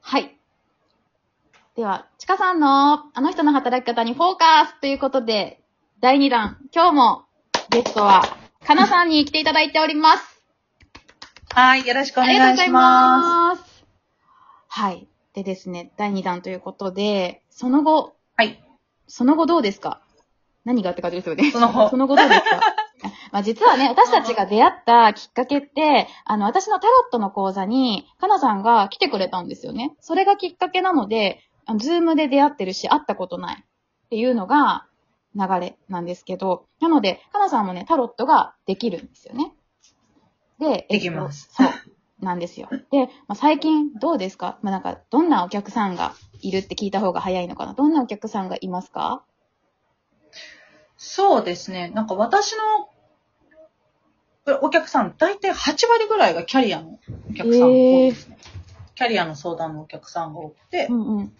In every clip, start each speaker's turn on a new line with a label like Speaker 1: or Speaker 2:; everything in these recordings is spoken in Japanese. Speaker 1: はい。では、ちかさんの、あの人の働き方にフォーカスということで、第2弾、今日もゲストは、かなさんに来ていただいております。
Speaker 2: はい、よろしくお
Speaker 1: ありがとうご
Speaker 2: 願い
Speaker 1: ざ
Speaker 2: し
Speaker 1: い
Speaker 2: ます。
Speaker 1: ます。はい。でですね、第2弾ということで、その後、
Speaker 2: はい。
Speaker 1: その後どうですか何がって感じですよね。
Speaker 2: その後
Speaker 1: その後どうです かあまあ実はね、私たちが出会ったきっかけって、あの、私のタロットの講座に、かなさんが来てくれたんですよね。それがきっかけなので、あのズームで出会ってるし、会ったことないっていうのが流れなんですけど、なので、かなさんもね、タロットができるんですよね。で、えっと
Speaker 2: できます。
Speaker 1: そう。なんですよ。で、まあ、最近どうですかまあ、なんか、どんなお客さんがいるって聞いた方が早いのかなどんなお客さんがいますか
Speaker 2: そうですね。なんか私のお客さん、大体8割ぐらいがキャリアのお客さんが多いですね。キャリアの相談のお客さんが多くて
Speaker 1: う、んうん。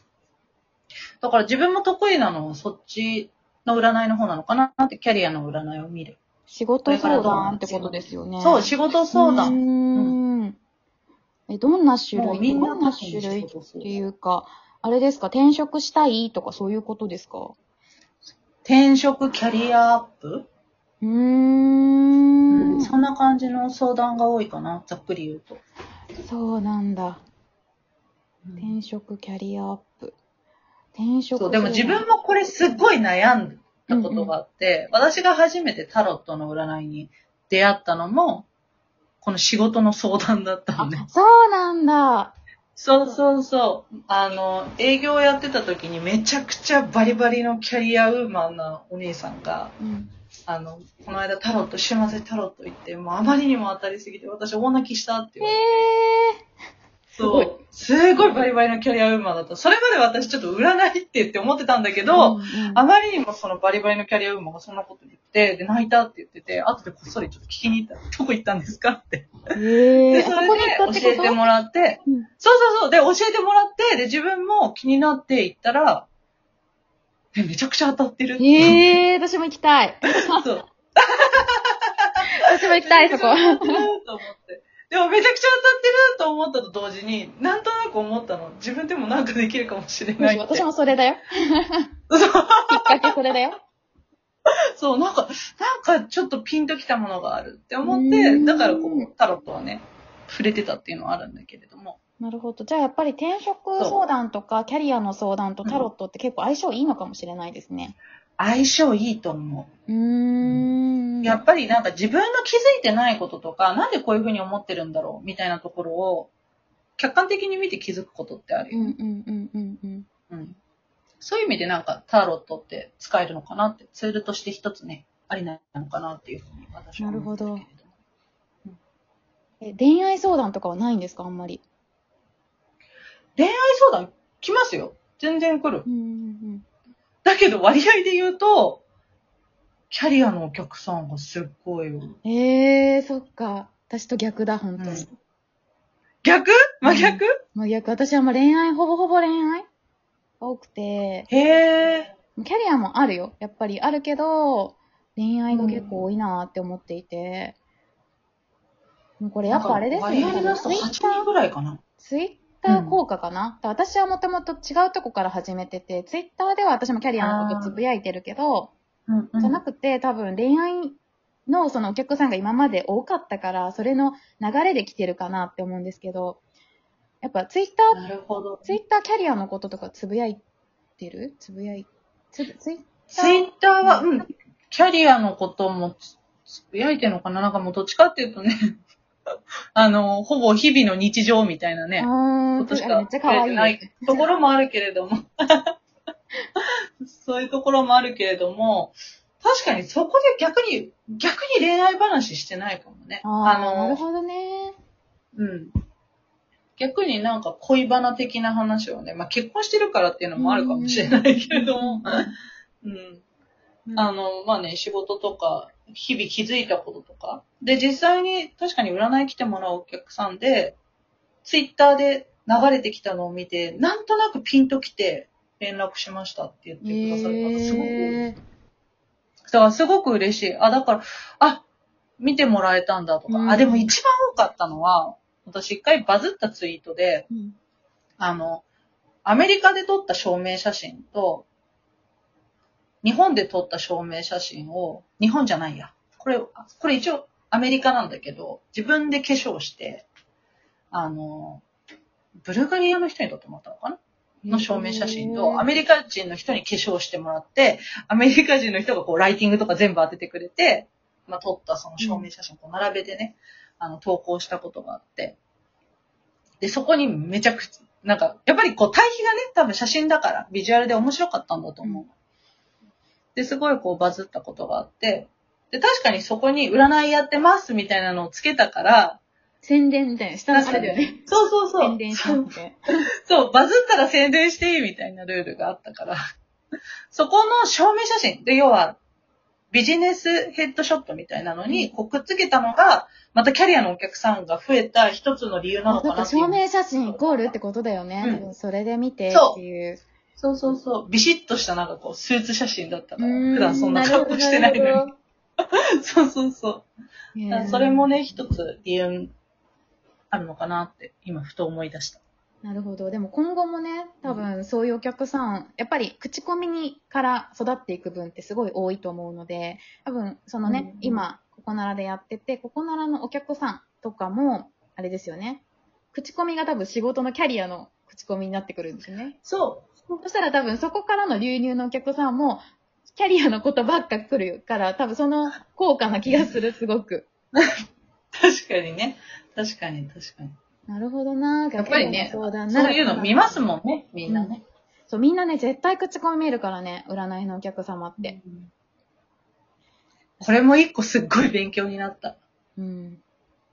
Speaker 2: だから自分も得意なのはそっちの占いの方なのかなって、キャリアの占いを見る。
Speaker 1: 仕事相談ってことですよね。
Speaker 2: そう、仕事相
Speaker 1: うー
Speaker 2: 談。
Speaker 1: ん。え、どんな種
Speaker 2: もう
Speaker 1: 類
Speaker 2: みんな
Speaker 1: どんな
Speaker 2: 特に
Speaker 1: 種類
Speaker 2: 仕
Speaker 1: っ
Speaker 2: 事相
Speaker 1: て
Speaker 2: 談。
Speaker 1: いうか、あれですか、転職したいとかそういうことですかう
Speaker 2: 転職、キャリアアップ、
Speaker 1: ーん。
Speaker 2: そんな感じの相談が多いかな、ざっくり言うと。
Speaker 1: そうなんだ。転職、キャリアアップ。転職
Speaker 2: そう、でも
Speaker 1: す
Speaker 2: 自
Speaker 1: るの
Speaker 2: 分もこれすっごい悩んだことがあって、私が初めてタロットの占いに出会ったのも、この仕事の相談だったのね。
Speaker 1: あ、そうなんだ。
Speaker 2: そうそうそう。あの、営業やってた時にめちゃくちゃバリバリのキャリアウーマンなお姉さんが、
Speaker 1: うん。
Speaker 2: あの、この間タロット、週末にタロット行って、もうあまりにも当たりすぎて私大泣きしたって
Speaker 1: へ
Speaker 2: いう。
Speaker 1: え。
Speaker 2: そう。すごいバリバリのキャリアウーマンだった。それまで私ちょっと占いってって思ってたんだけど、
Speaker 1: うんうん
Speaker 2: あまりにもそのバリバリのキャリアウーマンがそんなこと言って、で、泣いたって言ってて、後でこっそりちょっと聞きに行ったら、どこ行ったんですかって。
Speaker 1: へ
Speaker 2: で、
Speaker 1: え。
Speaker 2: そ
Speaker 1: あ
Speaker 2: れ
Speaker 1: そこに行ったって
Speaker 2: で教え
Speaker 1: こと
Speaker 2: てもらって、
Speaker 1: うん
Speaker 2: そうそうそう、で、教えてもらって、で、自分も気になって行ったら、え、めちゃくちゃ当たってるって。
Speaker 1: へえ、私も行きたい。
Speaker 2: そう。
Speaker 1: 私も行きたい、そこ。
Speaker 2: めちゃくちゃ当たってると思って。でもめちゃくちゃ当たってると思ったと同時に、なんとなく思ったの。自分でもなんかできるかもしれないって。
Speaker 1: 私もそれだよ。
Speaker 2: そう
Speaker 1: きっかけそれだよ。
Speaker 2: そう、なんか、なんかちょっとピンときたものがあるって思っ
Speaker 1: う
Speaker 2: て、
Speaker 1: ん
Speaker 2: だからこう、タロットはね、触れてたっていうのはあるんだけれども。
Speaker 1: なるほど。じゃあやっぱり転職相談とかキャリアの相談とタロットって結構相性いいのかもしれないですね。
Speaker 2: 相性いいと思
Speaker 1: うーん。
Speaker 2: う。やっぱりなんか自分が気づいてないこととか、なんでこういうふうに思ってるんだろうみたいなところを、客観的に見て気づくことってある
Speaker 1: う
Speaker 2: よ。
Speaker 1: んうんうんうんうん。
Speaker 2: うん。そういう意味でなんかタロットって使えるのかなって、ツールとして一つね、ありなのかなっていうふうに私は思ってるけれども。
Speaker 1: なるえ、恋愛相談とかはないんですかあんまり。
Speaker 2: 恋愛相談来ますよ。全然来る。
Speaker 1: うんうん
Speaker 2: だけど割合で言うと、キャリアのお客さんがすっごい多い。
Speaker 1: うん。えー、そっか。私と逆だ、本当に。
Speaker 2: うん逆真逆、
Speaker 1: 真逆。私はまあ恋愛、ほぼほぼ恋愛が多くて、
Speaker 2: へえ。
Speaker 1: キャリアもあるよ。やっぱりあるけど、恋愛が結構多いなーって思っていて。もうこれやっぱあれですよね。
Speaker 2: 割合で出すと8
Speaker 1: Twitter
Speaker 2: 人ぐらいかな。
Speaker 1: ツイッター効果かな、だから私はもともと違うとこから始めてて、ツイッターでは私もキャリアのことつぶやいてるけど、
Speaker 2: うん、
Speaker 1: じゃなくて多分恋愛のそのお客さんが今まで多かったから、それの流れで来てるかなって思うんですけど、やっぱツイッター、
Speaker 2: なるほど。
Speaker 1: ツイッターキャリアのこととかつぶやいてるつぶやい、つぶ、ツイ
Speaker 2: ツイッターは、うん、キャリアのこともつつぶやいてるのかななんかもうどっちかっていうとね、あの、ほぼ日々の日常みたいな
Speaker 1: あ
Speaker 2: ね、
Speaker 1: ー
Speaker 2: ことし
Speaker 1: あれ
Speaker 2: か
Speaker 1: めっちゃ可
Speaker 2: 書い
Speaker 1: 愛
Speaker 2: て
Speaker 1: い
Speaker 2: な
Speaker 1: よ。
Speaker 2: いところもあるけれども。 そういうところもあるけれども、確かにそこで逆に、逆に恋愛話してないかもね。
Speaker 1: あーなる
Speaker 2: の、
Speaker 1: ほどね。
Speaker 2: うん。逆になんか恋バナ的な話をね、まあ結婚してるからっていうのもあるかもしれないけれども、うん。あの、まあね、仕事とか、日々気づいたこととか。で、実際に確かに占い来てもらうお客さんで、ツイッターで流れてきたのを見て、なんとなくピンときて、連絡しましたって言ってくださる方、すごく多いです。
Speaker 1: えー
Speaker 2: だからすごく嬉しい。あ、だから、あ、見てもらえたんだとか。
Speaker 1: うん
Speaker 2: あ、でも一番多かったのは、私一回バズったツイートで、
Speaker 1: うん
Speaker 2: あの、アメリカで撮った証明写真と、日本で撮った証明写真を、日本じゃないや。これ、あこれ一応アメリカなんだけど、自分で化粧して、あの、ブルガリアの人に撮ってもらったのかなの証明写真と、アメリカ人の人に化粧してもらって、アメリカ人の人がこうライティングとか全部当ててくれて、まあ、撮ったその証明写真をこう並べてね、あの、投稿したことがあって。で、そこにめちゃくちゃ、なんか、やっぱりこう対比がね、多分写真だから、ビジュアルで面白かったんだと思う。で、すごいこうバズったことがあって、で、確かにそこに占いやってますみたいなのをつけたから、
Speaker 1: 宣伝みたいな。下のあれだよね。
Speaker 2: そうそうそう。
Speaker 1: 宣伝したって。
Speaker 2: そう、バズったら宣伝していいみたいなルールがあったから。 そこの証明写真。で、要は、ビジネスヘッドショットみたいなのに、こうくっつけたのが、またキャリアのお客さんが増えた一つの理由
Speaker 1: な
Speaker 2: なの
Speaker 1: ん
Speaker 2: かな
Speaker 1: か
Speaker 2: っていう
Speaker 1: 証明写真イコールってことだよね。
Speaker 2: うん
Speaker 1: 多分それで見て
Speaker 2: そう
Speaker 1: っていう。
Speaker 2: そうそうそう。ビシッとしたなんかこう、スーツ写真だったから、
Speaker 1: う
Speaker 2: 普段そんな格好してない
Speaker 1: なる
Speaker 2: の
Speaker 1: ほど
Speaker 2: に。 そうそうそ
Speaker 1: へ
Speaker 2: う。
Speaker 1: ー
Speaker 2: それもね、一つ理由あるのかなって、今ふと思い出した。
Speaker 1: なるほど。でも今後もね、多分そういうお客さん、やっぱり口コミにから育っていく分ってすごい多いと思うので、多分そのね、
Speaker 2: うん
Speaker 1: 今、ここならでやってて、ここならのお客さんとかも、あれですよね。口コミが多分仕事のキャリアの口コミになってくるんですよね。
Speaker 2: そう。
Speaker 1: そしたら多分そこからの流入のお客さんも、キャリアのことばっか来るから、多分その効果な気がする、すごく。
Speaker 2: 確かにね。確かに確かに。
Speaker 1: なるほどな
Speaker 2: やっぱりね
Speaker 1: そうだな
Speaker 2: そういうの見ますもんね、みんなね。
Speaker 1: そう、みんなね、絶対口コミ見るからね、占いのお客様って。
Speaker 2: うんこれも一個すっごい勉強になった。
Speaker 1: うん。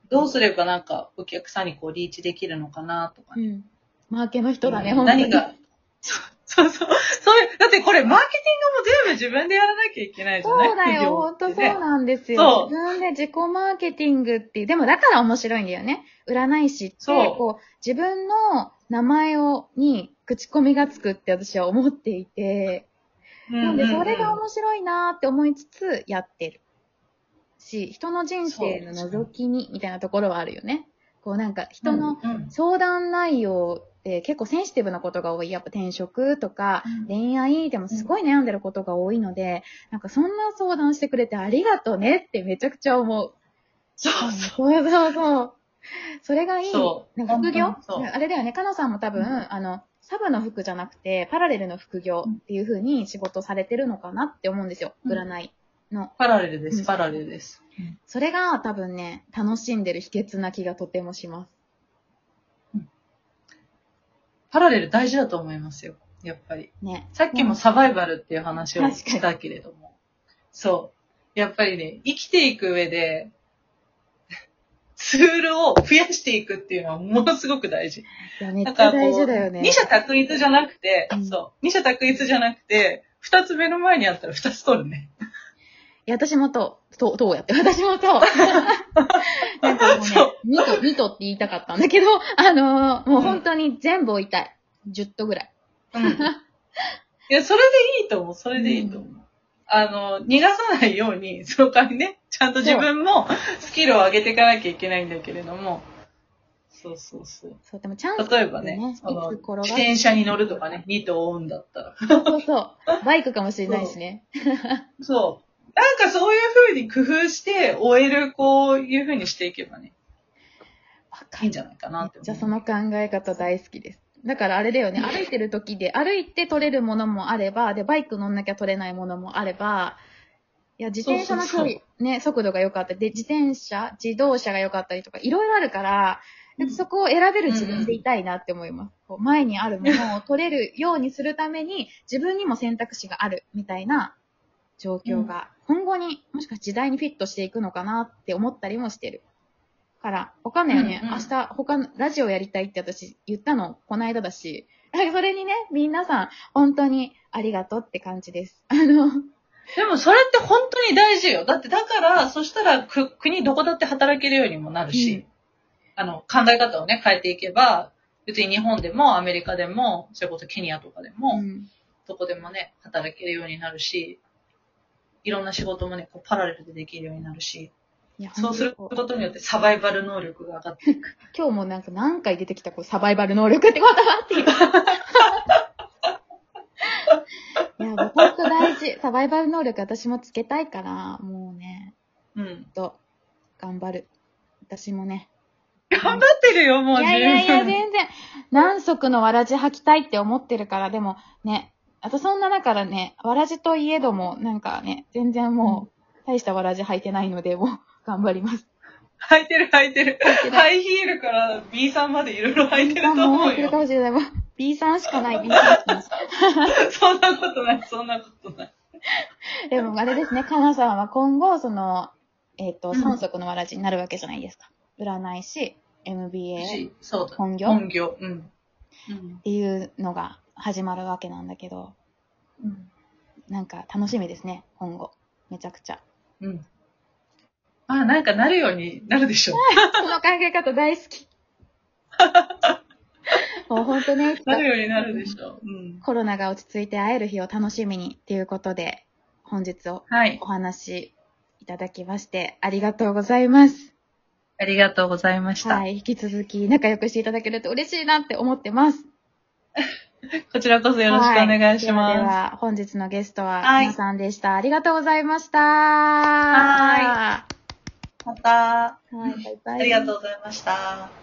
Speaker 2: どうすればなんかお客さんにこうリーチできるのかなとか、
Speaker 1: うん。マーケの人だね、本当に。
Speaker 2: 何が。 そうそうそう。そういう、だってこれマーケティングも全部自分でやらなきゃいけないじゃない
Speaker 1: そうだ よ、
Speaker 2: 企業
Speaker 1: 本当
Speaker 2: っ
Speaker 1: そう
Speaker 2: てね
Speaker 1: なんです
Speaker 2: そ
Speaker 1: よ。
Speaker 2: う
Speaker 1: 自分で自己マーケティングっていう、でもだから面白いんだよね。占い師って、
Speaker 2: そう
Speaker 1: こう、自分の名前を、に口コミがつくって私は思っていて、なんでそれが面白いなーって思いつつやってる。し、人の人生の覗きに、みたいなところはあるよね。こうなんか人の、
Speaker 2: うんうん
Speaker 1: 相談内容って結構センシティブなことが多い。やっぱ転職とか
Speaker 2: うん
Speaker 1: 恋愛でもすごい悩んでることが多いので、なんかそんな相談してくれてありがとうねってめちゃくちゃ思う。
Speaker 2: そうそ。
Speaker 1: そうそうそう。それがいうい。
Speaker 2: そう。
Speaker 1: なんか副業
Speaker 2: 本当にそう
Speaker 1: あれだよね。かのさんも多分、
Speaker 2: うん
Speaker 1: あの、サブの服じゃなくて、パラレルの副業っていう風に仕事されてるのかなって思うんですよ。
Speaker 2: うん
Speaker 1: 占いの。
Speaker 2: パラレルで
Speaker 1: う
Speaker 2: す、
Speaker 1: ん
Speaker 2: パラレルです。
Speaker 1: それが多分ね、楽しんでる秘訣な気がとてもします。
Speaker 2: パラレル大事だと思いますよ、やっぱり。
Speaker 1: ね。
Speaker 2: さっきもサバイバルっていう話
Speaker 1: う
Speaker 2: を
Speaker 1: ん確かに
Speaker 2: したけれども。そう。やっぱりね、生きていく上で、ツールを増やしていくっていうのは ものすごく大事。
Speaker 1: いや、めっ
Speaker 2: だ
Speaker 1: ち
Speaker 2: か
Speaker 1: ゃ
Speaker 2: ら
Speaker 1: 大
Speaker 2: こ
Speaker 1: 事
Speaker 2: う、
Speaker 1: だよね。
Speaker 2: 二者択一じゃなくて、
Speaker 1: うん
Speaker 2: そう、二者択一じゃなくて、二つ目の前にあったら二つ取るね。
Speaker 1: いや、私もと、と、どうやって、私も と。なんかもうね
Speaker 2: そう、
Speaker 1: ミト、ミトって言いたかったんだけど、 あのーもう本当に全部置いたい。10頭ぐらい。
Speaker 2: うん。いや、それでいいと思う、それでいいと思う。あの、逃がさないように、その代わりね、ちゃんと自分もスキルを上げていかなきゃいけないんだけれども、そうそうそう。
Speaker 1: そう、でもチャンス、
Speaker 2: 例えばね、
Speaker 1: ね
Speaker 2: その
Speaker 1: いつ転がっ
Speaker 2: 自転車に乗るとかね、2頭追うんだったら。
Speaker 1: そうそう そう。バイクかもしれないしね。
Speaker 2: そう。なんかそういう風に工夫して終える、こういう風にしていけばね、
Speaker 1: わか
Speaker 2: いいん
Speaker 1: る
Speaker 2: じゃないかなって思う。
Speaker 1: じゃあその考え方大好きです。だからあれだよね、歩いてる時で、歩いて取れるものもあれば、で、バイク乗んなきゃ取れないものもあれば、いや、自転車の距
Speaker 2: そうそう
Speaker 1: 離、ね、速度が良かったり、で、自転車、自動車が良かったりとか、いろいろあるから、
Speaker 2: うん
Speaker 1: そこを選べる自分でいたいなって思います。こう前にあるものを取れるようにするために、自分にも選択肢がある、みたいな状況が、今後に、もしかしたら時代にフィットしていくのかなって思ったりもしてる。から、わかんないよね。
Speaker 2: うんうん
Speaker 1: 明日、他の、ラジオやりたいって私言ったの、この間だし。だからそれにね、皆さん、本当にありがとうって感じです。あの、
Speaker 2: でもそれって本当に大事よ。だってだから、そしたらく国どこだって働けるようにもなるし、
Speaker 1: うん
Speaker 2: あの、考え方をね、変えていけば、別に日本でもアメリカでも、それこそケニアとかでも、
Speaker 1: うん
Speaker 2: どこでもね、働けるようになるし、いろんな仕事もね、こうパラレルでできるようになるし、
Speaker 1: いや
Speaker 2: そうする
Speaker 1: 本
Speaker 2: こ
Speaker 1: 当に
Speaker 2: とによってサバイバル能力が上がっていく。
Speaker 1: 今日もなんか何回出てきたこうサバイバル能力って言葉って いう。いや、本当大事。サバイバル能力私もつけたいから、もうね、
Speaker 2: うん。
Speaker 1: と、頑張る。私もね。
Speaker 2: 頑張ってるよ、もう
Speaker 1: いやいやいや、
Speaker 2: 十分
Speaker 1: 全然。何足のわらじ履きたいって思ってるから、でもね、あとそんな中からね、わらじといえども、なんかね、全然もう、大したわらじ履いてないので、もう、頑張ります。
Speaker 2: 履いてる履いてる。
Speaker 1: 履いてない
Speaker 2: ハイヒールから B さんまでいろいろ履いてると思
Speaker 1: も
Speaker 2: う
Speaker 1: 来る
Speaker 2: よ
Speaker 1: か。もしれない。もう B さんしかない、B さんしかない。
Speaker 2: そんなことない、そんなことない。
Speaker 1: でもあれですね、かなさんは今後、その、えっ、と、
Speaker 2: うん
Speaker 1: 三足のわらじになるわけじゃないですか。占い師、MBA っ
Speaker 2: しそうだ。
Speaker 1: 本業
Speaker 2: 本業。うん。うん
Speaker 1: ていうのが始まるわけなんだけど、
Speaker 2: うん。
Speaker 1: なんか楽しみですね、今後。めちゃくちゃ。
Speaker 2: うん。まあ、なんかなるようになるでしょう。
Speaker 1: その考え方大好 き。もう本当ね、
Speaker 2: なるようになるでしょう。うん。
Speaker 1: コロナが落ち着いて会える日を楽しみにっていうことで、本日を
Speaker 2: はい
Speaker 1: お。話いただきまして、ありがとうございます。
Speaker 2: ありがとうございました。
Speaker 1: はい、引き続き仲良くしていただけると嬉しいなって思ってます。
Speaker 2: こちらこそよろしくお願いし
Speaker 1: はではで
Speaker 2: ます。
Speaker 1: は、本日のゲストは、
Speaker 2: はい
Speaker 1: 皆さんでした。ありがとうございました。
Speaker 2: は
Speaker 1: は
Speaker 2: また、
Speaker 1: い。はい、バイバイ。
Speaker 2: ありがとうございました。